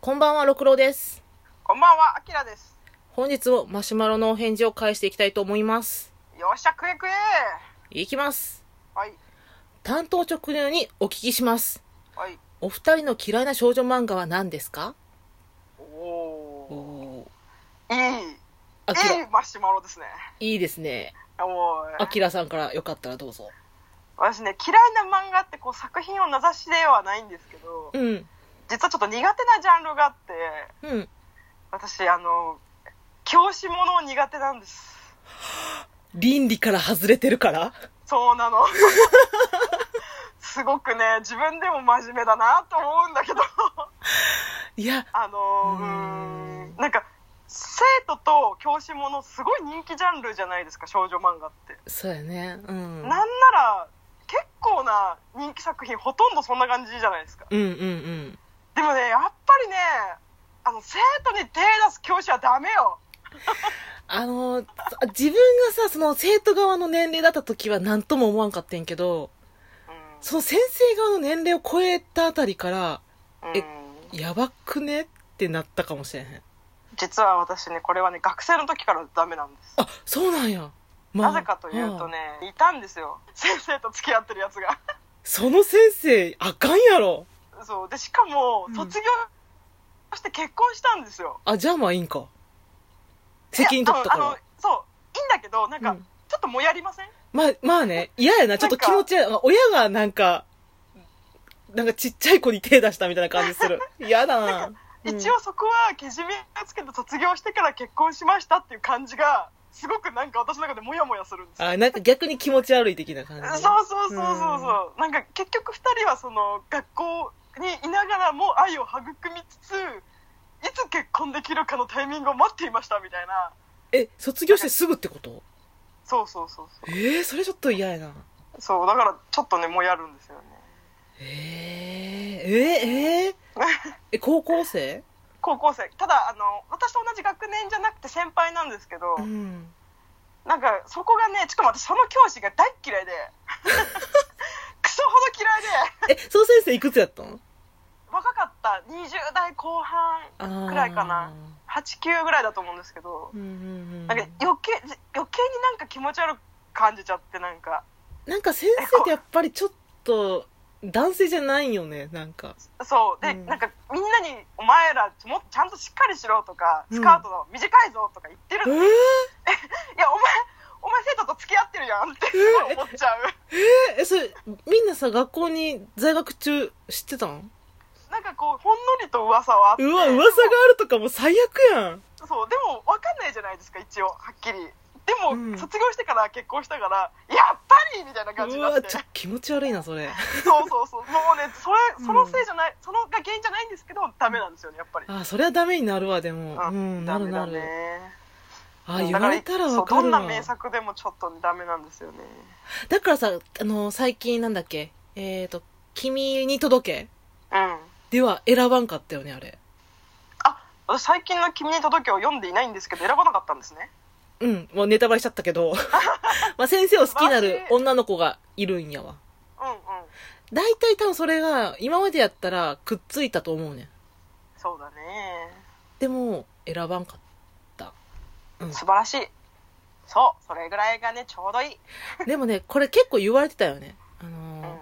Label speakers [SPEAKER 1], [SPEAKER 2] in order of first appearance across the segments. [SPEAKER 1] こんばんは、六郎です。
[SPEAKER 2] こんばんは、あきらです。
[SPEAKER 1] 本日もマシュマロのお返事を返していきたいと思います。
[SPEAKER 2] よっしゃ、くえくえ
[SPEAKER 1] いきます。
[SPEAKER 2] はい、
[SPEAKER 1] 担当直入にお聞きします。
[SPEAKER 2] はい。
[SPEAKER 1] お二人の嫌いな少女漫画は何ですか
[SPEAKER 2] おお
[SPEAKER 1] お
[SPEAKER 2] ー。いい、
[SPEAKER 1] あき
[SPEAKER 2] いい
[SPEAKER 1] ら、
[SPEAKER 2] マシュマロですね。
[SPEAKER 1] いいですね。
[SPEAKER 2] おー
[SPEAKER 1] あきらさんからよかったらどうぞ。
[SPEAKER 2] 私ね、嫌いな漫画ってこう作品を名指しではないんですけど、
[SPEAKER 1] うん。
[SPEAKER 2] 実はちょっと苦手なジャンルがあって、
[SPEAKER 1] うん。
[SPEAKER 2] 私、あの、教師もの苦手なんです。
[SPEAKER 1] 倫理から外れてるから
[SPEAKER 2] そうな の。すごくね、自分でも真面目だなと思うんだけど。
[SPEAKER 1] いや、
[SPEAKER 2] あの
[SPEAKER 1] う
[SPEAKER 2] う
[SPEAKER 1] ーん
[SPEAKER 2] ーんなんか生徒と教師ものすごい人気ジャンルじゃないですか少女漫画って、
[SPEAKER 1] そうやね。うん。
[SPEAKER 2] なんなら結構な人気作品ほとんどそんな感じじゃないですか
[SPEAKER 1] うんうんうん。
[SPEAKER 2] でもねやっぱりねあの生徒に手出す教師はダメよ
[SPEAKER 1] あの、自分がさ、その生徒側の年齢だった時は何とも思わんかってんけど、
[SPEAKER 2] う
[SPEAKER 1] その先生側の年齢を超えたあたりから、
[SPEAKER 2] ん、
[SPEAKER 1] え
[SPEAKER 2] うん
[SPEAKER 1] やばくねってなったかもしれへん。
[SPEAKER 2] 実は私ねこれはね学生の時からダメなんです
[SPEAKER 1] あ、そうなんや。まあ
[SPEAKER 2] なぜかというと。ね、いたんですよ先生と付き合ってるやつが
[SPEAKER 1] その先生、あかんやろ。
[SPEAKER 2] そうでしかも
[SPEAKER 1] うん
[SPEAKER 2] 卒業して結婚したんですよ、
[SPEAKER 1] あ、じゃあまあいいんか。責任取ったか
[SPEAKER 2] いやあのあの
[SPEAKER 1] ら。
[SPEAKER 2] そういいんだけどなんか、
[SPEAKER 1] うん
[SPEAKER 2] ちょっともやりません
[SPEAKER 1] まあ、まあね、嫌やな。ちょっと気持ちや親がなんか、なんかちっちゃい子に手出したみたいな感じす る。嫌だな。うん
[SPEAKER 2] 一応そこはけじめをつけて卒業してから結婚しましたっていう感じがすごくなんか私の中でモヤモヤするんですよ
[SPEAKER 1] あ、なんか逆に気持ち悪い的な感
[SPEAKER 2] そう
[SPEAKER 1] じ。
[SPEAKER 2] そうそうそうそう、なんか結局2人はその学校にいながらも愛を育みつついつ結婚できるかのタイミングを待っていましたみたいな
[SPEAKER 1] え、卒業してすぐってこと
[SPEAKER 2] そうそうそうそ
[SPEAKER 1] えー、それちょっと嫌やな。
[SPEAKER 2] うそうだからちょっとねもやるんですよね
[SPEAKER 1] えー、えー、え ー、え、高校生
[SPEAKER 2] 高校生ただあの私と同じ学年じゃなくて先輩なんですけど、
[SPEAKER 1] うん。
[SPEAKER 2] なんかそこがねしかも私その教師が大っ嫌 いでクソほど嫌いで
[SPEAKER 1] え、その先生いくつやったの
[SPEAKER 2] 若かった20代後半くらいかな89ぐらいだと思うんですけど
[SPEAKER 1] うんうんうん
[SPEAKER 2] なんか余計余計になんか気持ち悪く感じちゃってなんか
[SPEAKER 1] なんか先生ってやっぱりちょっと男性じゃないよねなんか
[SPEAKER 2] そうで、
[SPEAKER 1] うん
[SPEAKER 2] なんかみんなに「お前らもっとちゃんとしっかりしろ」とか「
[SPEAKER 1] うん
[SPEAKER 2] スカートの短いぞ」とか言ってる
[SPEAKER 1] え
[SPEAKER 2] の、
[SPEAKER 1] ー
[SPEAKER 2] いやお前お前生徒と付き合ってるやんってすごい思っちゃう
[SPEAKER 1] えそれみんなさ学校に在学中知ってたん
[SPEAKER 2] なんかこうほんのりと噂はあって
[SPEAKER 1] うわ噂があるとかもう最悪やん
[SPEAKER 2] そうでも分かんないじゃないですか一応はっきりでも、
[SPEAKER 1] うん
[SPEAKER 2] 卒業してから結婚したからやっぱりみたいな感じ
[SPEAKER 1] う
[SPEAKER 2] になっ
[SPEAKER 1] わ
[SPEAKER 2] て
[SPEAKER 1] ちょ気持ち悪いなそれ
[SPEAKER 2] そうそうそうもうねそれ
[SPEAKER 1] うん
[SPEAKER 2] そのせいじゃない、そのが原因じゃないんですけどダメなんですよねやっぱり、
[SPEAKER 1] あそれはダメになるわでも
[SPEAKER 2] あ
[SPEAKER 1] うんな
[SPEAKER 2] ダ
[SPEAKER 1] る
[SPEAKER 2] メ
[SPEAKER 1] な
[SPEAKER 2] だ
[SPEAKER 1] る、
[SPEAKER 2] ね
[SPEAKER 1] あ
[SPEAKER 2] うん
[SPEAKER 1] 言
[SPEAKER 2] だ
[SPEAKER 1] わ
[SPEAKER 2] ら
[SPEAKER 1] れたら
[SPEAKER 2] そ
[SPEAKER 1] わ
[SPEAKER 2] う
[SPEAKER 1] か
[SPEAKER 2] ど
[SPEAKER 1] る
[SPEAKER 2] ん
[SPEAKER 1] わ
[SPEAKER 2] な名作でもちょっと、ね、ダメなんですよね
[SPEAKER 1] だからさあの最近なんだっけえっ、ー、と「君に届け
[SPEAKER 2] うん」
[SPEAKER 1] では選ばんかったよねあれ
[SPEAKER 2] あ私最近の「君に届け」を読んでいないんですけど選ばなかったんですね
[SPEAKER 1] うん、もうネタバレしちゃったけ ど。まあ先生を好きになる
[SPEAKER 2] マジ
[SPEAKER 1] 女の子がいるんやわ。
[SPEAKER 2] うんうん
[SPEAKER 1] 大体多分それが今までやったらくっついたと思うねん。
[SPEAKER 2] そうだね
[SPEAKER 1] でも、選ばんかった。うん
[SPEAKER 2] 素晴らしいそうそれぐらいがねちょうどいい、
[SPEAKER 1] でもね、これ結構言われてたよね。あ
[SPEAKER 2] う
[SPEAKER 1] の
[SPEAKER 2] ん、
[SPEAKER 1] ー
[SPEAKER 2] うん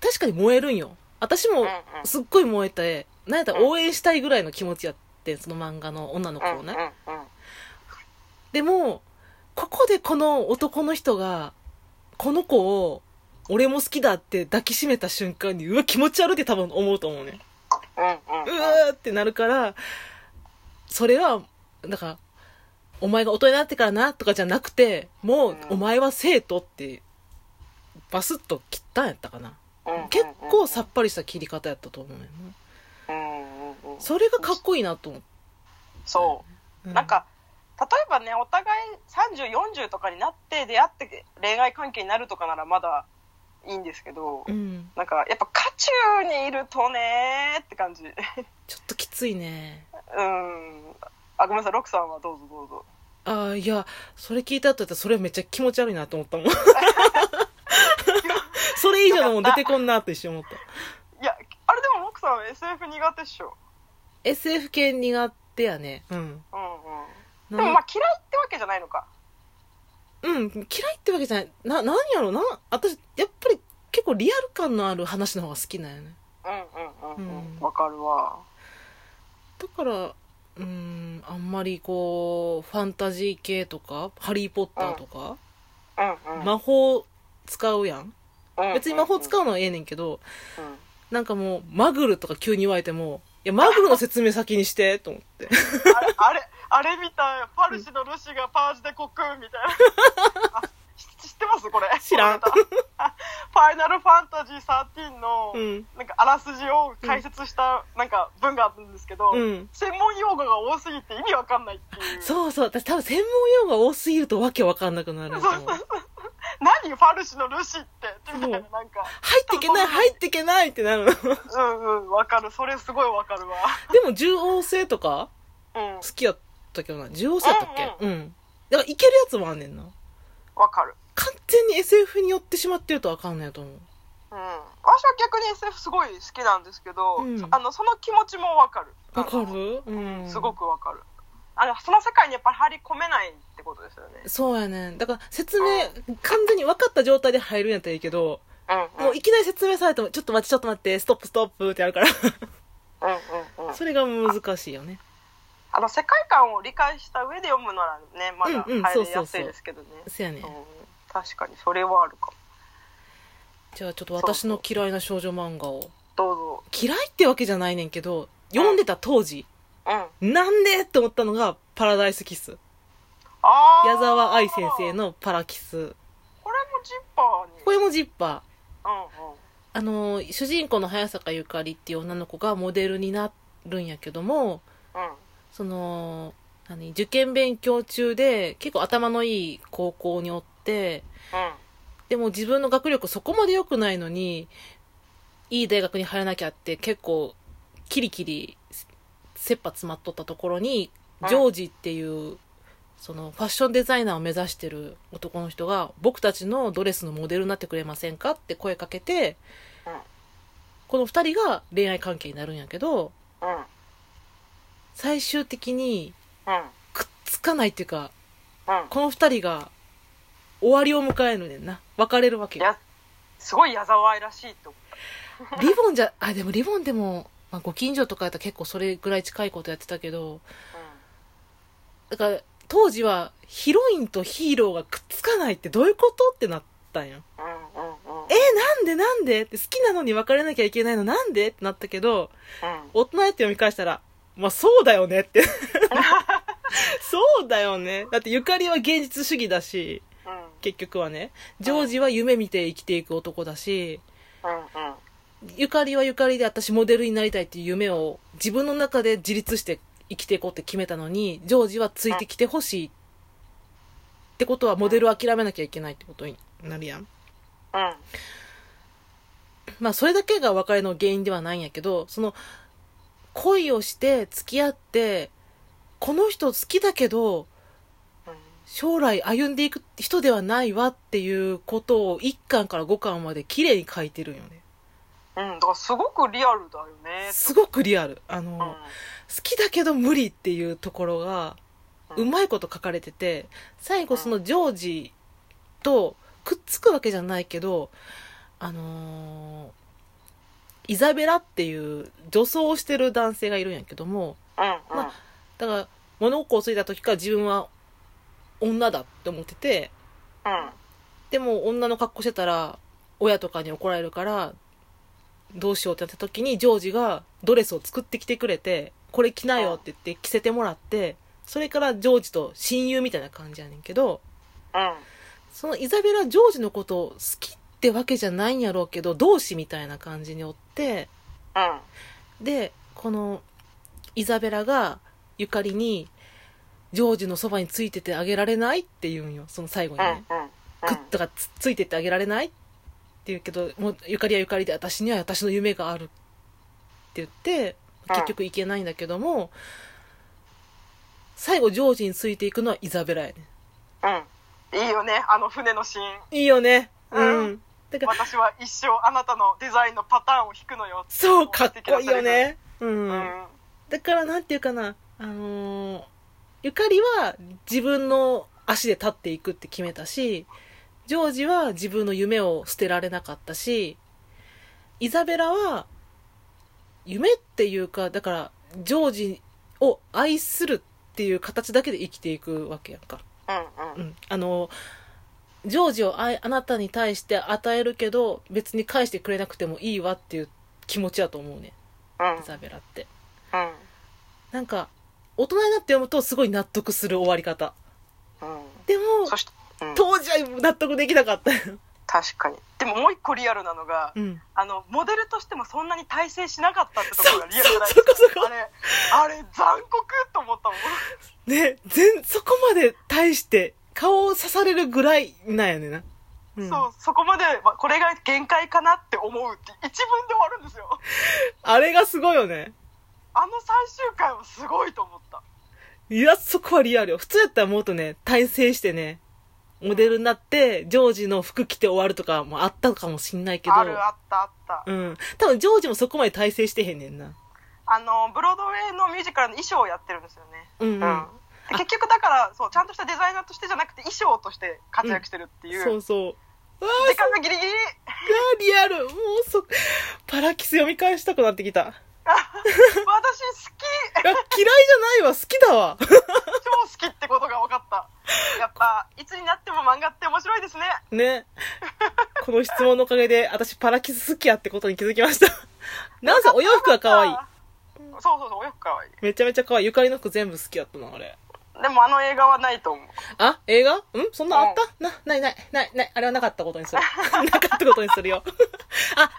[SPEAKER 1] 確かに燃えるんよ。私も
[SPEAKER 2] うん
[SPEAKER 1] すっごい燃えて、なんやったら
[SPEAKER 2] うん
[SPEAKER 1] 応援したいぐらいの気持ちやってん、その漫画の女の子を
[SPEAKER 2] うんう
[SPEAKER 1] ね。
[SPEAKER 2] んうん
[SPEAKER 1] でも、ここでこの男の人が、この子を、俺も好きだって抱きしめた瞬間に、うわ、気持ち悪いって多分思うと思うね。
[SPEAKER 2] うんうん
[SPEAKER 1] う
[SPEAKER 2] うん
[SPEAKER 1] わーってなるから、それは、だから、お前が大人になってからなとかじゃなくて、もう
[SPEAKER 2] うん、
[SPEAKER 1] お前は生徒って、バスッと切ったんやったかな。
[SPEAKER 2] うんうんうん
[SPEAKER 1] 結構さっぱりした切り方やったと思うよね。
[SPEAKER 2] うんうんうん
[SPEAKER 1] それがかっこいいなと思って。
[SPEAKER 2] そううなん、か例えばねお互い3040とかになって出会って恋愛関係になるとかならまだいいんですけど
[SPEAKER 1] うん。
[SPEAKER 2] なんかやっぱ渦中にいるとねーって感じ
[SPEAKER 1] ちょっときついね。
[SPEAKER 2] うんあごめんなさいロクさんはどうぞどうぞ
[SPEAKER 1] ああ、いや、それ聞いた後やったら、それめっちゃ 気持ち悪いなと思ったもん。それ以上のもん出てこんなと一瞬思った。
[SPEAKER 2] いやあれでもロクさん SF 苦手っしょ
[SPEAKER 1] SF 系苦手やねうん
[SPEAKER 2] うんうん、
[SPEAKER 1] な
[SPEAKER 2] でもまあ嫌いってわけじゃないのか
[SPEAKER 1] うん嫌いってわけじゃないな何やろうな私やっぱり結構リアル感のある話の方が好きなんよね
[SPEAKER 2] うんうんうんうん
[SPEAKER 1] うん
[SPEAKER 2] わ、かるわ
[SPEAKER 1] だからうんあんまりこうファンタジー系とか「ハリー・ポッター」とか、
[SPEAKER 2] うんうん、
[SPEAKER 1] 魔法使うやん
[SPEAKER 2] うん
[SPEAKER 1] 別に魔法使
[SPEAKER 2] う
[SPEAKER 1] うのはええねんけど、
[SPEAKER 2] んうん、
[SPEAKER 1] なんかもうマグルとか急に言われてもいやマグルの説明先にしてと思 って
[SPEAKER 2] あれあれあれみたいパルシのルシがパージでコクーンみた いなあし知ってますこれ
[SPEAKER 1] 知らん
[SPEAKER 2] このネタあファイナルファンタジー13の、
[SPEAKER 1] うん
[SPEAKER 2] なんかあらすじを解説したなんか文があるんですけど、
[SPEAKER 1] うん
[SPEAKER 2] 専門用語が多すぎて意味わかんないっていう
[SPEAKER 1] そうそう私多分専門用語が多すぎるとわけわかんなくなると思う
[SPEAKER 2] 何ファルシのルシってみたいな
[SPEAKER 1] そう
[SPEAKER 2] なんか
[SPEAKER 1] 入ってけない入ってけないってなるの で
[SPEAKER 2] うんうんわかるそれすごいわかるわ
[SPEAKER 1] も獣王星とか
[SPEAKER 2] うん
[SPEAKER 1] 好きやったけどな獣王星やったっけうん、だからいけるやつもあんねんな
[SPEAKER 2] わかる
[SPEAKER 1] 完全に SF に寄ってしまってるとあかんのやと思う
[SPEAKER 2] うん、私は逆に SF すごい好きなんですけど、
[SPEAKER 1] うん
[SPEAKER 2] あのその気持ちもわかる
[SPEAKER 1] わか
[SPEAKER 2] あの
[SPEAKER 1] るうん
[SPEAKER 2] すごくわかるあのその世界にやっぱり入り込めないってことですよね
[SPEAKER 1] そうやねんだから説明完全に分かった状態で入るんやったらいいけど
[SPEAKER 2] うん
[SPEAKER 1] もういきなり説明されても、ちょっと待って、ちょっと待って、ストップ、ストップってやるから、
[SPEAKER 2] うんうんう ん
[SPEAKER 1] それが難しいよね。
[SPEAKER 2] あの世界観を理解した上で読むならねま
[SPEAKER 1] うん
[SPEAKER 2] だ
[SPEAKER 1] うん
[SPEAKER 2] 入りやすいですけどね、
[SPEAKER 1] せやね
[SPEAKER 2] うん。確かにそれはあるかも
[SPEAKER 1] じゃあちょっと私の嫌いな少女漫画を。
[SPEAKER 2] どうぞ
[SPEAKER 1] 嫌いってわけじゃないねんけど、読んでた当時、
[SPEAKER 2] うんあ
[SPEAKER 1] なんでって思ったのが、パラダイスキス。
[SPEAKER 2] あー
[SPEAKER 1] 矢沢愛先生のパラキス。
[SPEAKER 2] これもジッパーに
[SPEAKER 1] これもジッパー。
[SPEAKER 2] うんうん
[SPEAKER 1] あのー、主人公の早坂ゆかりっていう女の子がモデルになるんやけども、
[SPEAKER 2] うん
[SPEAKER 1] その、何、受験勉強中で、結構頭のいい高校におって、
[SPEAKER 2] うん
[SPEAKER 1] でも自分の学力そこまで良くないのに、いい大学に入らなきゃって結構、キリキリ、切羽詰まっとったところに、
[SPEAKER 2] うん
[SPEAKER 1] ジョージっていう、そのファッションデザイナーを目指してる男の人が、僕たちのドレスのモデルになってくれませんかって声かけて
[SPEAKER 2] うん、
[SPEAKER 1] この二人が恋愛関係になるんやけど、
[SPEAKER 2] うん
[SPEAKER 1] 最終的に
[SPEAKER 2] うん
[SPEAKER 1] くっつかないっていうか、
[SPEAKER 2] うん
[SPEAKER 1] この二人が終わりを迎えるねんな。別れるわけ
[SPEAKER 2] い
[SPEAKER 1] よ。
[SPEAKER 2] やすごい矢沢愛らしいと思
[SPEAKER 1] リボンじゃ、あ、でもリボンでも、まあ、ご近所とかやったら結構それぐらい近いことやってたけど、
[SPEAKER 2] う、うん
[SPEAKER 1] だから当時はヒロインとヒーローがくっつかないってどういうことってなったんよ。
[SPEAKER 2] うんうんうん
[SPEAKER 1] えー、なんでなんでって好きなのに別れなきゃいけないのなんでってなったけど、
[SPEAKER 2] うん
[SPEAKER 1] 大人やって読み返したら、まあそうだよねって。そうだよね。だってゆかりは現実主義だし、
[SPEAKER 2] うん
[SPEAKER 1] 結局はね。ジョージは夢見て生きていく男だし、
[SPEAKER 2] うんうん
[SPEAKER 1] ゆかりはゆかりで私モデルになりたいっていう夢を自分の中で自立して生きていこうって決めたのに、ジョージはついてきてほしい。ってことはモデルを諦めなきゃいけないってことになるやん。
[SPEAKER 2] うん
[SPEAKER 1] まあそれだけが別れの原因ではないんやけど、その恋をして付き合って、この人好きだけど将来歩んでいく人ではないわっていうことを1巻から5巻まで綺麗に書いてるんよね。
[SPEAKER 2] うん、だからすごくリアルだよね。
[SPEAKER 1] すごくリアル。あの、
[SPEAKER 2] うん、うん、
[SPEAKER 1] 好きだけど無理っていうところが
[SPEAKER 2] う
[SPEAKER 1] うんまいこと書かれてて最後そのジョージとくっつくわけじゃないけどあのーイザベラっていう女装をしてる男性がいるんやけども
[SPEAKER 2] うん
[SPEAKER 1] ま、だから物心ついた時から自分は女だって思ってて
[SPEAKER 2] うん、
[SPEAKER 1] でも女の格好してたら親とかに怒られるからどうしようってなった時にジョージがドレスを作ってきてくれてこれ着なよって言って着せてもらってそれからジョージと親友みたいな感じやねんけど
[SPEAKER 2] うん、
[SPEAKER 1] そのイザベラ・ジョージのことを好きってわけじゃないんやろうけど同志みたいな感じにおって
[SPEAKER 2] うん、
[SPEAKER 1] でこのイザベラがゆかりにジョージのそばについててあげられないって言うんよその最後に
[SPEAKER 2] う
[SPEAKER 1] ね。
[SPEAKER 2] ん、うん、
[SPEAKER 1] くっとかつついてってあげられないって言うけどもうゆかりはゆかりで私には私の夢があるって言って
[SPEAKER 2] うん
[SPEAKER 1] 結局行けないんだけども、最後ジョージについていくのはイザベラやね
[SPEAKER 2] うん。いいよね、あの船のシーン。
[SPEAKER 1] いいよね
[SPEAKER 2] うん
[SPEAKER 1] うんだから
[SPEAKER 2] 私は一生あなたのデザインのパターンを引くのよ。
[SPEAKER 1] そうかっこいいよねう、
[SPEAKER 2] うんん、
[SPEAKER 1] だからなんていうかなあのーゆかりは自分の足で立っていくって決めたしジョージは自分の夢を捨てられなかったしイザベラは夢っていうかだからジョージを愛するっていう形だけで生きていくわけやんか。
[SPEAKER 2] うん
[SPEAKER 1] う
[SPEAKER 2] うん
[SPEAKER 1] ん、あのジョージをああなたに対して与えるけど別に返してくれなくてもいいわっていう気持ちやと思うね
[SPEAKER 2] うん
[SPEAKER 1] イザベラって
[SPEAKER 2] うん
[SPEAKER 1] なんか大人になって読むとすごい納得する終わり方
[SPEAKER 2] う
[SPEAKER 1] でも
[SPEAKER 2] んそして、うん、
[SPEAKER 1] 当時は納得できなかったよ、
[SPEAKER 2] 確かにでもも う一個リアルなのが、
[SPEAKER 1] うん、
[SPEAKER 2] あのモデルとしてもそんなに大成しなかったってところがリアルじゃない
[SPEAKER 1] そこそこ
[SPEAKER 2] あれあれ残酷と思ったもん
[SPEAKER 1] ね全そこまで対して顔を刺されるぐらいなんやねんな、うん、
[SPEAKER 2] そうそこまで、まあ、これが限界かなって思うって一文で終わるんですよ
[SPEAKER 1] あれがすごいよね
[SPEAKER 2] あの最終回はすごいと思った
[SPEAKER 1] いや、そこはリアルよ。普通やったらもっとね、大成してね、モデルになって、ジョージの服着て終わるとかもあったかもしんないけど。
[SPEAKER 2] あるあったあった、
[SPEAKER 1] うん。多分ジョージもそこまで大成してへんねんな。
[SPEAKER 2] あのブロードウェイのミュージカルの衣装をやってるんですよね
[SPEAKER 1] うん、うん。
[SPEAKER 2] で結局だからそうちゃんとしたデザイナーとしてじゃなくて衣装として活躍してるっていう、
[SPEAKER 1] そうそう。うわ
[SPEAKER 2] 時間がギリ ギリ
[SPEAKER 1] あ、リアル。もうそ、パラキス読み返したくなってきた。いや、
[SPEAKER 2] 私好き
[SPEAKER 1] 嫌いじゃないわ。好きだわ。
[SPEAKER 2] 超好きってことが分かったやっぱいつになっても漫画って面白いですね
[SPEAKER 1] ね。この質問のおかげで、私パラキス好きやってことに気づきました。なんせお洋服が可愛い。
[SPEAKER 2] そうそうそうお洋服可愛い
[SPEAKER 1] めちゃめちゃ可愛い。ゆかりの服全部好きやったな、あれ。
[SPEAKER 2] でもあの映画はないと思う
[SPEAKER 1] あ、映画んそんなあった、 な、ないない、ない、ない、あれはなかったことにする。なかったことにするよ。あ、さよなら